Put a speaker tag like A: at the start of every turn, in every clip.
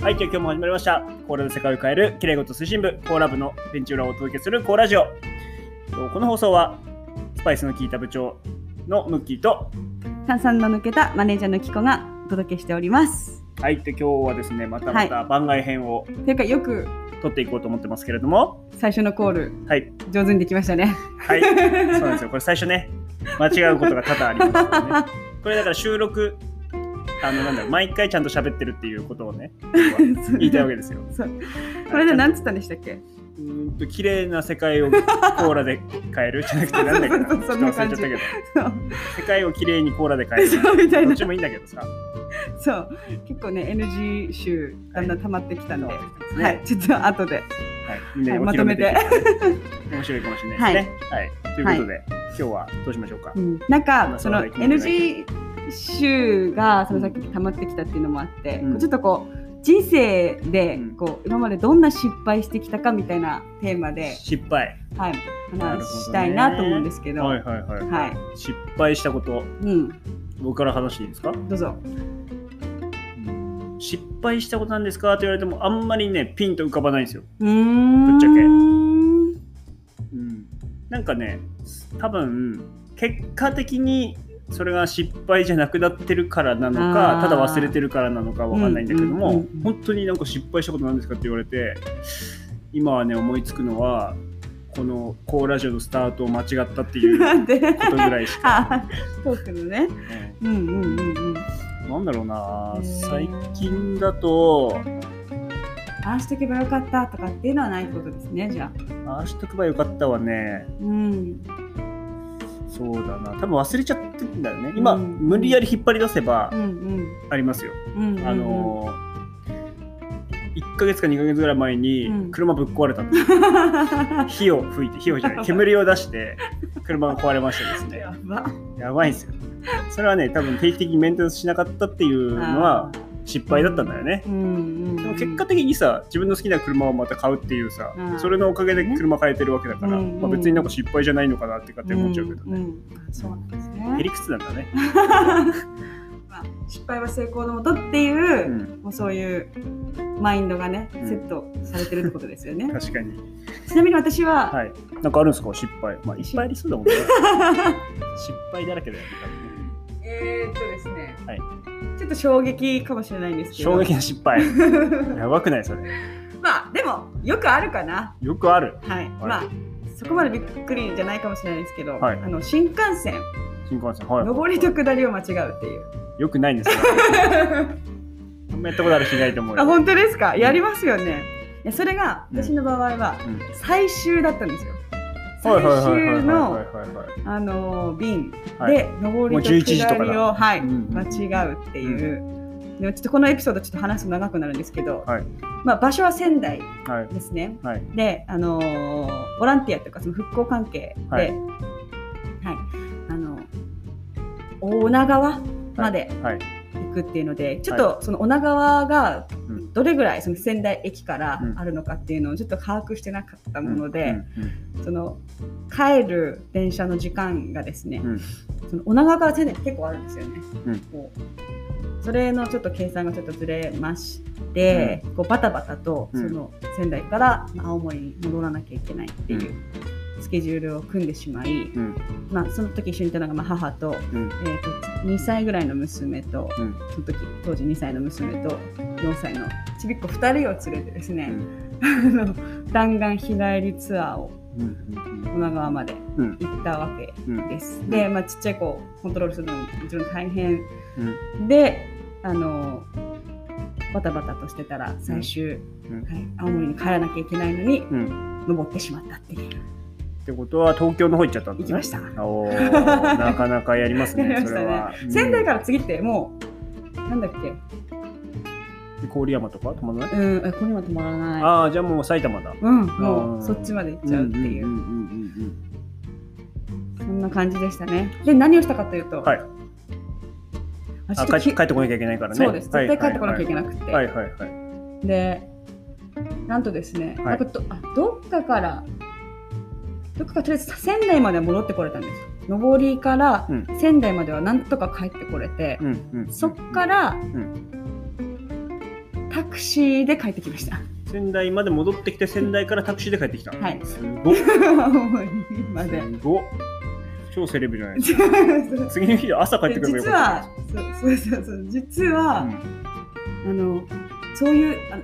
A: はい、という今日も始まりました。コーラで世界を変える、きれいごと推進部、コーラ部のベンチ裏をお届けするコーラジオ。とこの放送は、スパイスの効いた部長のムッキーと、
B: 炭酸の抜けたマネージャーのキコがお届けしております。
A: はい、で今日はですね、またまた番外編を
B: ていうかよく
A: 撮っていこうと思ってますけれども、
B: 最初のコール
A: はい、
B: 上手にできましたね。
A: はい、そうなん ですよ。これ最初ね、間違うことが多々ありますからね。これだから収録、あの、なんだろう、毎回ちゃんと喋ってるっていうことをね、今日は言いたいわけですよ。
B: そうこれで何つったんでしたっけ？
A: うーんと綺麗な世界 をコーラで変えるじゃなくてなんだっけなち
B: そ
A: ょ
B: う
A: っと
B: そうそ
A: 忘
B: んな
A: れちゃっ
B: 感
A: た
B: じ
A: けど
B: そう
A: 世界を綺麗にコーラで変え る
B: そうみたい
A: どっ
B: な
A: ち。もいいんだけどさ
B: そう結構ね NG 集だんだん溜まってきたので、はい、
A: はい
B: ちょっと後で、
A: はいみんなで
B: はい、
A: お
B: ま
A: 披
B: と
A: 露目
B: め
A: で
B: て。
A: 面白いかもしれないですねはいということで今日はどうしましょうか
B: うんなん
A: まあ
B: か
A: そ
B: そ
A: れは
B: の
A: いいんじゃない
B: NG 集がそのさっき溜まってきたっていうのもあって、こうちょっとこう。人生で
A: うん
B: こう今までどんな失敗してきたかみたいなテーマで、
A: 失敗
B: は
A: な
B: い、
A: る
B: 話
A: ほどね
B: したいなと思うんですけど
A: はいはいはい
B: はい、
A: 失敗したこと
B: うん、
A: 僕から話していいですか
B: どうぞ。
A: 失敗したことなんですかって言われてもあんまりねピンと浮かばないんですよ
B: うー
A: ぶ
B: ん。
A: っちゃけ
B: け。
A: うんなんかね多分結果的にそれが失敗じゃなくなってるからなの
B: あ
A: か
B: ー
A: ただ忘れてるからなのかわかんないんだけども、
B: うんうんうんうん
A: 本当になんか失敗したことなんですかって言われて今はね思いつくのはこの「コーラジオ」のスタートを間違ったっていうこ
B: なんで。
A: とぐらいしか、
B: あ、 トークのね。うんうんうんうん。
A: うん なんだろうな
B: へー
A: 最近だと
B: ああしとけばよかったとかっていうのはないってことですね、じゃあ。
A: ああしとけばよかったはね
B: うん。
A: そうだな多分忘れちゃってんだよね今、
B: うん
A: 無理やり引っ張り出せば
B: うんうん。
A: ありますよ
B: うんうん。
A: あのー、1ヶ月か2ヶ月ぐらい前
B: う
A: に
B: ん
A: 車ぶっ壊れたんですよ、火を吹いて火をじゃない煙を出して車が壊れましてですね
B: やば。
A: やばいんですよそれはね多分定期的にメンテナンスしなかったっていうのは
B: あー
A: 失敗だったんだよね
B: うんうん。
A: でも結果的にさ自分の好きな車をまた買うっていうさ
B: うん
A: それのおかげで車変えてるわけだから、
B: うん
A: まあ、別になんか失敗じゃないのかなってかって思っちゃうけど
B: うんう
A: ね
B: んそうなんです
A: へ
B: ね。
A: りくつなんだね、
B: まあ失敗は成功のもとっていうう、
A: ん、
B: もうそういうマインドがね、セ
A: ん
B: ットされてるってことですよ ね。
A: 確かに
B: ちなみに私は、
A: はいなんかあるんですか失敗まあいっぱいありそうだ もんね失敗だらけだよね多分ね
B: えーっとですね、
A: はい
B: ちょっと衝撃かもしれないんですけど
A: 衝撃の失敗やばくないそれ
B: まあでもよくあるかな
A: よくある
B: はい、まあそこまでびっくりじゃないかもしれないですけど、
A: はい
B: あの新幹線
A: 新幹線はい
B: 上りと下りを間違うっていう
A: よくないんですよあんまやったことある人いないと思うよ
B: あ本当ですかやりますよねいやそれが私の場合は
A: うん
B: 最終だったんですよ
A: は
B: 最
A: いはいはいはい
B: 終
A: は
B: の
A: いはいはい
B: あのー便
A: はい
B: で上
A: もう
B: りと
A: 11時と
B: 下
A: かだ
B: りをはい
A: うんうん
B: 間違うっていう、でもちょっとこのエピソードちょっと話すと長くなるんですけど、
A: はい
B: まあ、場所は仙台
A: はい
B: ですね。
A: はい
B: で、あのーボランティアというかその復興関係で、
A: は
B: はいいあの大女川まで
A: はい
B: 行くっていうので、ちょっとその女川が
A: うん
B: どれぐらいその仙台駅から
A: うん
B: あるのかっていうのをちょっと把握してなかったもので、
A: うんうん
B: その帰る電車の時間がですね、
A: うん
B: その女川から仙台って結構あるんですよね。
A: うん
B: こうそれのちょっと計算がちょっとずれまして、こうバタバタと
A: う
B: そ
A: ん
B: の仙台からまあ青森に戻らなきゃいけないっていうスケジュールを組んでしまい、
A: うん
B: まあ、その時一緒にいたのがまあ母と,、
A: うん
B: えーと2歳ぐらいの娘と
A: うん
B: その時当時2歳の娘と4歳のちびっ子2人を連れてですね、 あの弾丸日帰りツアーを
A: うんうん
B: 女川まで
A: うん
B: 行ったわけ
A: うん
B: です。で、まあ、ちっちゃい子をコントロールするのももちろん大変
A: うん
B: で、あのバタバタとしてたら最
A: うん
B: 終、はい、青森に帰らなきゃいけないのに
A: うん
B: 登ってしまったっていう。
A: ってことは東京の方行っちゃったんだ
B: 行きました
A: おーなかなかやりますね
B: やりま
A: そ
B: し
A: れ
B: た
A: は
B: 仙台
A: か
B: から次ってもうなんだっけ、
A: 郡山とか泊まらない
B: うん、あこれには止まらない。
A: ああじゃあもう埼玉だ
B: うん、
A: あー
B: もうそっちまで行っちゃうっていう、
A: んうんうんうん
B: そんな感じでしたね。で、何をしたかという
A: う
B: と、
A: んはい
B: あちょ
A: あ
B: っと
A: 帰
B: き
A: っ帰ってこなきゃいけないからね
B: そうです、絶対帰ってこなきゃいけ
A: い
B: なくて、
A: はいはいはい
B: でなんとですね、
A: はい
B: なんかどあどっかからどっかからとりあえず仙台までは戻ってこれたんですよ上りから
A: うん
B: 仙台まではなんとか帰ってこれて、
A: うんうん
B: そっから、
A: ん
B: タクシーで帰ってき ました。
A: 仙台まで戻ってきて仙台からタクシーで帰ってきた、
B: はい
A: すごっす
B: 青森まで。
A: ごっ超セレブじゃないです
B: 実
A: か次の日朝帰ってくればよかっ
B: は、そうそうそうそう、実
A: た
B: は、
A: ですうん
B: あのそういうあの、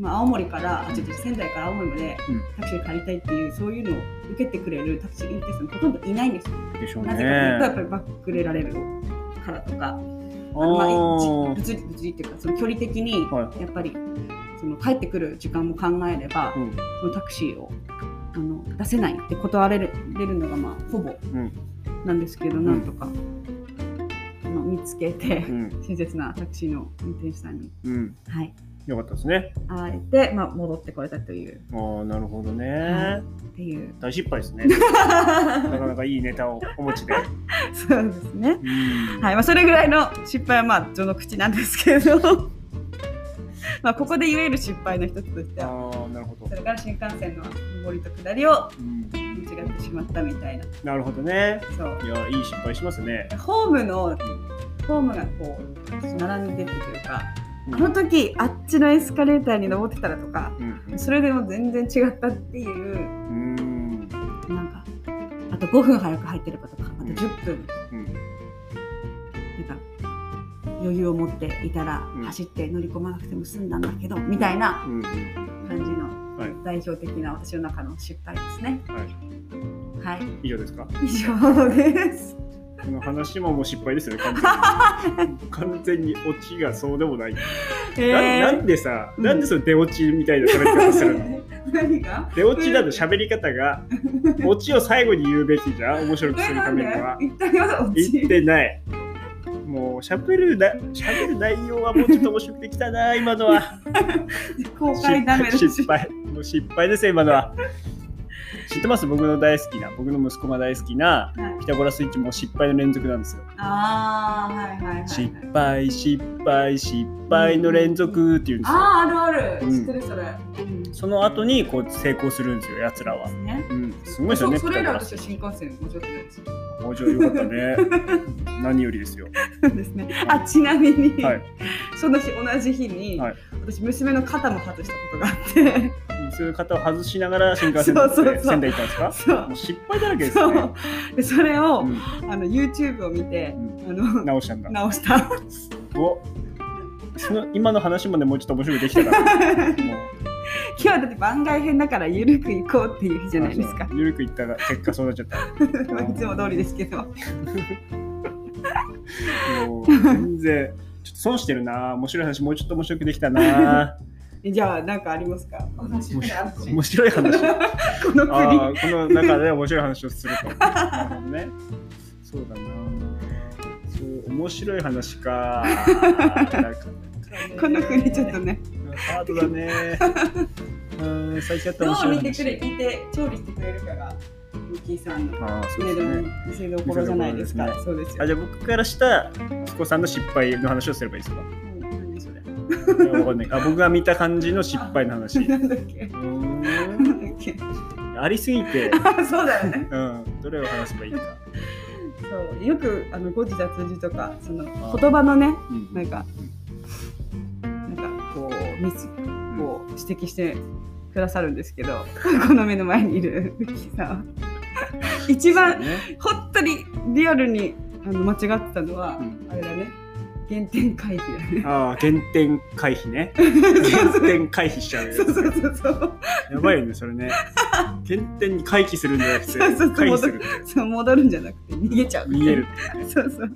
B: まあ、青森からあちょっと仙台から青森まで
A: うん
B: タクシー借りたいっていうそういうのを受けてくれるタクシー運転手さんほとんどいないんですよ。
A: でしょう
B: な
A: ね
B: ぜかというとやっぱりバックレられるからとか
A: あ
B: あのまあ
A: ー
B: 物理物理っていうかその距離的に
A: は
B: やっぱりその帰ってくる時間も考えれば、
A: うん
B: そのタクシーをあの出せないって断られる出るのがまあほぼ
A: うん
B: なんですけど、
A: ん
B: なんとか、あの見つけて
A: うん
B: 親切なタクシーの運転手さんに。
A: うん
B: はい
A: よかったですね
B: 会えて、まあ、戻ってこれたという、
A: ああなるほどね、
B: はいっていう。
A: 大失敗ですねなかなかいいネタをお持ちで、
B: そうですね。
A: うん
B: はい、まあ、それぐらいの失敗は、まあ、序の口なんですけど。 まあ、ここで言える失敗の一つとして
A: あ
B: は、
A: あなるほど
B: そ、れから新幹線の上りと下りを
A: うん、
B: 間違ってしまったみたいな。
A: なるほどね
B: そう。
A: いやいい失敗しますね、
B: ホームの、ホームがこう、並んでてというか、
A: うん
B: あの時、あっちのエスカレーターに登ってたらとか、
A: うん
B: それでも全然違ったっていう。
A: うん
B: なんかあと5分早く入ってればとかあと10分、
A: うん
B: なんか余裕を持っていたら
A: うん
B: 走って乗り込まなくても済んだんだけど、みたいな
A: うん
B: 感じ
A: は
B: の代表的な私の中の失敗ですね。
A: はい
B: はい、
A: 以上ですか
B: 以上です。
A: この話ももう失敗ですよね完全に完全にオチがそうでもない、なな
B: え
A: んでさ、
B: うん
A: なんでその出落ちみたいな喋り方するの
B: 何が？
A: 出落ちだと喋り方がオチを最後に言うべきじゃん面白くす
B: え
A: るた
B: なん
A: め
B: で
A: には？
B: 一体は落
A: 言っ
B: ち。
A: てないもう喋るな喋る内容はもうちょっと面白くできたな今のは
B: 公開ダメだし。
A: 失敗もう失敗ですよ今のは知ってます僕の大好きな僕の息子が大好きな
B: はい
A: ピタゴラスイッチも失敗の連続なんですよ
B: ああはいはいはい、は
A: 失
B: い。
A: 敗失敗失敗の連続っていうんですよ
B: あああるある、
A: うん
B: 知ってるそれ。うん
A: その後にこう成功するんですよやつらは
B: ですね。
A: うんすごいですよね
B: そ
A: ピ
B: それ
A: タゴ
B: ら
A: ラ
B: とし
A: ス
B: て
A: イッチ
B: 新幹線面白くないですよ。
A: 面白いよかったね 何よりですよ
B: そう ですね。あちなみに、
A: はい
B: その日同じ日に、
A: はい
B: 私娘の肩も外したことがあって、
A: そういう方を外しながら新幹線乗って
B: そうそうそう
A: 仙台行ったんですか
B: そ
A: も
B: う
A: う。失敗だらけです
B: そ
A: ね
B: う。でそれを、
A: うん
B: あの YouTube を見て、あの
A: 直したんだ。
B: 直した。
A: おその今の話もね、もうちょっと面白くできた から。もう
B: 今日はだって番外編だからゆるく行こうっていう日じゃないですか。
A: ゆるくいったが結果そうなっちゃった。
B: ま あいつも通りですけど。
A: もう全然ちょっと損してるな。面白い話もうちょっと面白くできたな。
B: じゃあ何かありますか？面白い話
A: 面白い 話。あ
B: この国。
A: あーこの中で面白い話をすると。な るほどね。そうだな。そう面白い話か。なかなかね
B: この国ちょっとね、
A: ハードだね。うん、最近あった
B: ど
A: 面白い
B: う見てく
A: 話
B: れ、見て調理してくれるかが、ミッキーさんの
A: ああ、そうです
B: 腕
A: ね。
B: の見せどころじゃないですか。そうですよ
A: あ。じゃあ僕からした彦さんの失敗の話をすればいいですか
B: 何それ。
A: いやわかんないあ僕が見た感じの失敗の 話。う
B: なんだっけ。
A: ーん
B: なんだっけ。
A: ありすぎて、
B: あ、 そうだよね。
A: うん、どれを話せばいいか。
B: そう、よく、あの、誤字脱字とか、その
A: あ、
B: 言葉のね、
A: うん
B: なんか。なんか、こう、ミス
A: うん
B: を指摘して。くださるんですけど、 この目の前にいる、ミッキーさ んは。
A: そ
B: 一
A: う
B: 番、
A: ね
B: 本当に、リアルに、あの、間違ってたのは、
A: うん
B: あれだね。原点回避だ ね。
A: ああ、原点回避ね。
B: そう
A: 原
B: そう
A: 点回避しちゃうやつ
B: そうそう
A: ね。
B: そうそう。
A: やばいよね、それね。原点に回帰するんじゃなくて
B: そうそうそう、
A: 回避する。
B: そう、戻るんじゃなくて、逃げちゃう。
A: 逃げる。
B: そうそう。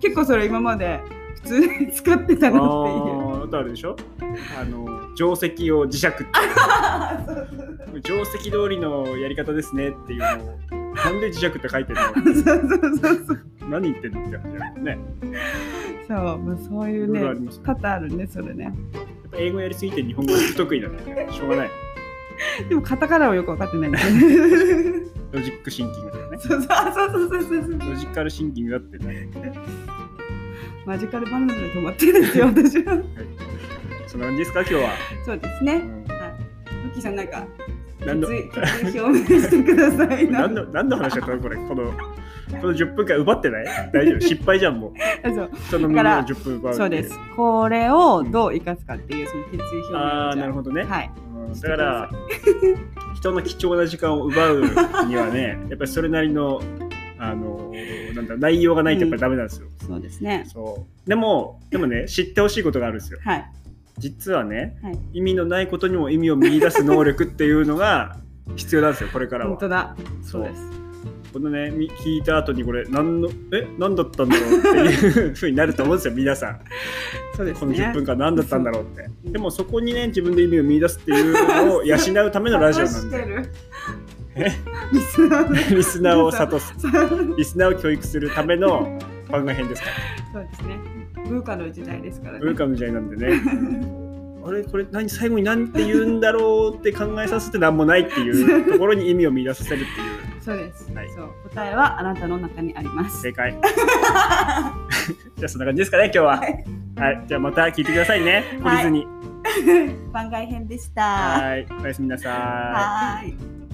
B: 結構それ今まで普通に使ってたなっていう。
A: あーあとあるでしょあの定石を磁石って
B: あ そう
A: いう定石通りのやり方ですねっていうのをなんで磁石って書いてる
B: そうそうそうそう。
A: の何言ってんのって話だよね
B: そう、まあ、そうい
A: いうろいろあり
B: ね。
A: ますね
B: 多々あるね、それね。
A: やっぱ英語やりすぎて日本語が不得意なんだよねしょうがない
B: でも、カタカナはよく分かってないんだよね。
A: ロジックシンキングだよね
B: そうそう、あそうそうそうそうそう。
A: ロジカルシンキングだってね
B: マジカルバナナで止まってるんですよ、私は。
A: そんな感じですか今日は、
B: そうです
A: う
B: ね。
A: ん
B: ムッキーさん、なんか、
A: 何の
B: 決意決意表明してください
A: 何
B: な。
A: の何の話だったのこれこのこの10分間奪ってない大丈夫失敗じゃんもう
B: そう
A: 人のものを
B: だから
A: 10分奪うってい
B: そうですこれをどう生かすかっていうその決意表明
A: ああなる
B: ほ
A: ほどね、
B: はい
A: うんだから人の貴重な時間を奪うには ねやっぱりそれなりのあのなんだ内容がないとやっぱりダメなんですよ、
B: そうですね
A: そうでもでもね知ってほしいことがあるんですよ
B: はい
A: 実はね、
B: はい
A: 意味のないことにも意味を見出す能力っていうのが必要なんですよこれからは
B: 本当だ
A: そ
B: そううです
A: このねみ聞いた後にこれ何のえ何だったんだろうっていうふうになると思うんですよ皆さん
B: そうです
A: この10
B: ね
A: 分間何だったんだろうって
B: うん
A: でもそこにね自分で意味を見出すっていう のを養うためのラジオなんで
B: で
A: え
B: リスナーの
A: リスナーを諭す
B: そう
A: リスナーを教育するための番外編ですから
B: そうですね文化の時代ですからね
A: 文化の時代なんでねあれこれ何最後に何て言うんだろうって考えさせて何もないっていうところに意味を見出させるっていう
B: そうです、
A: はい
B: そう答えはあなたの中にあります
A: 正解じゃあそんな感じですかね今日ははい、じゃあまた聞いてくださいね懲りずに
B: 番外編でし
A: は
B: た
A: いおやすみなさい
B: はーい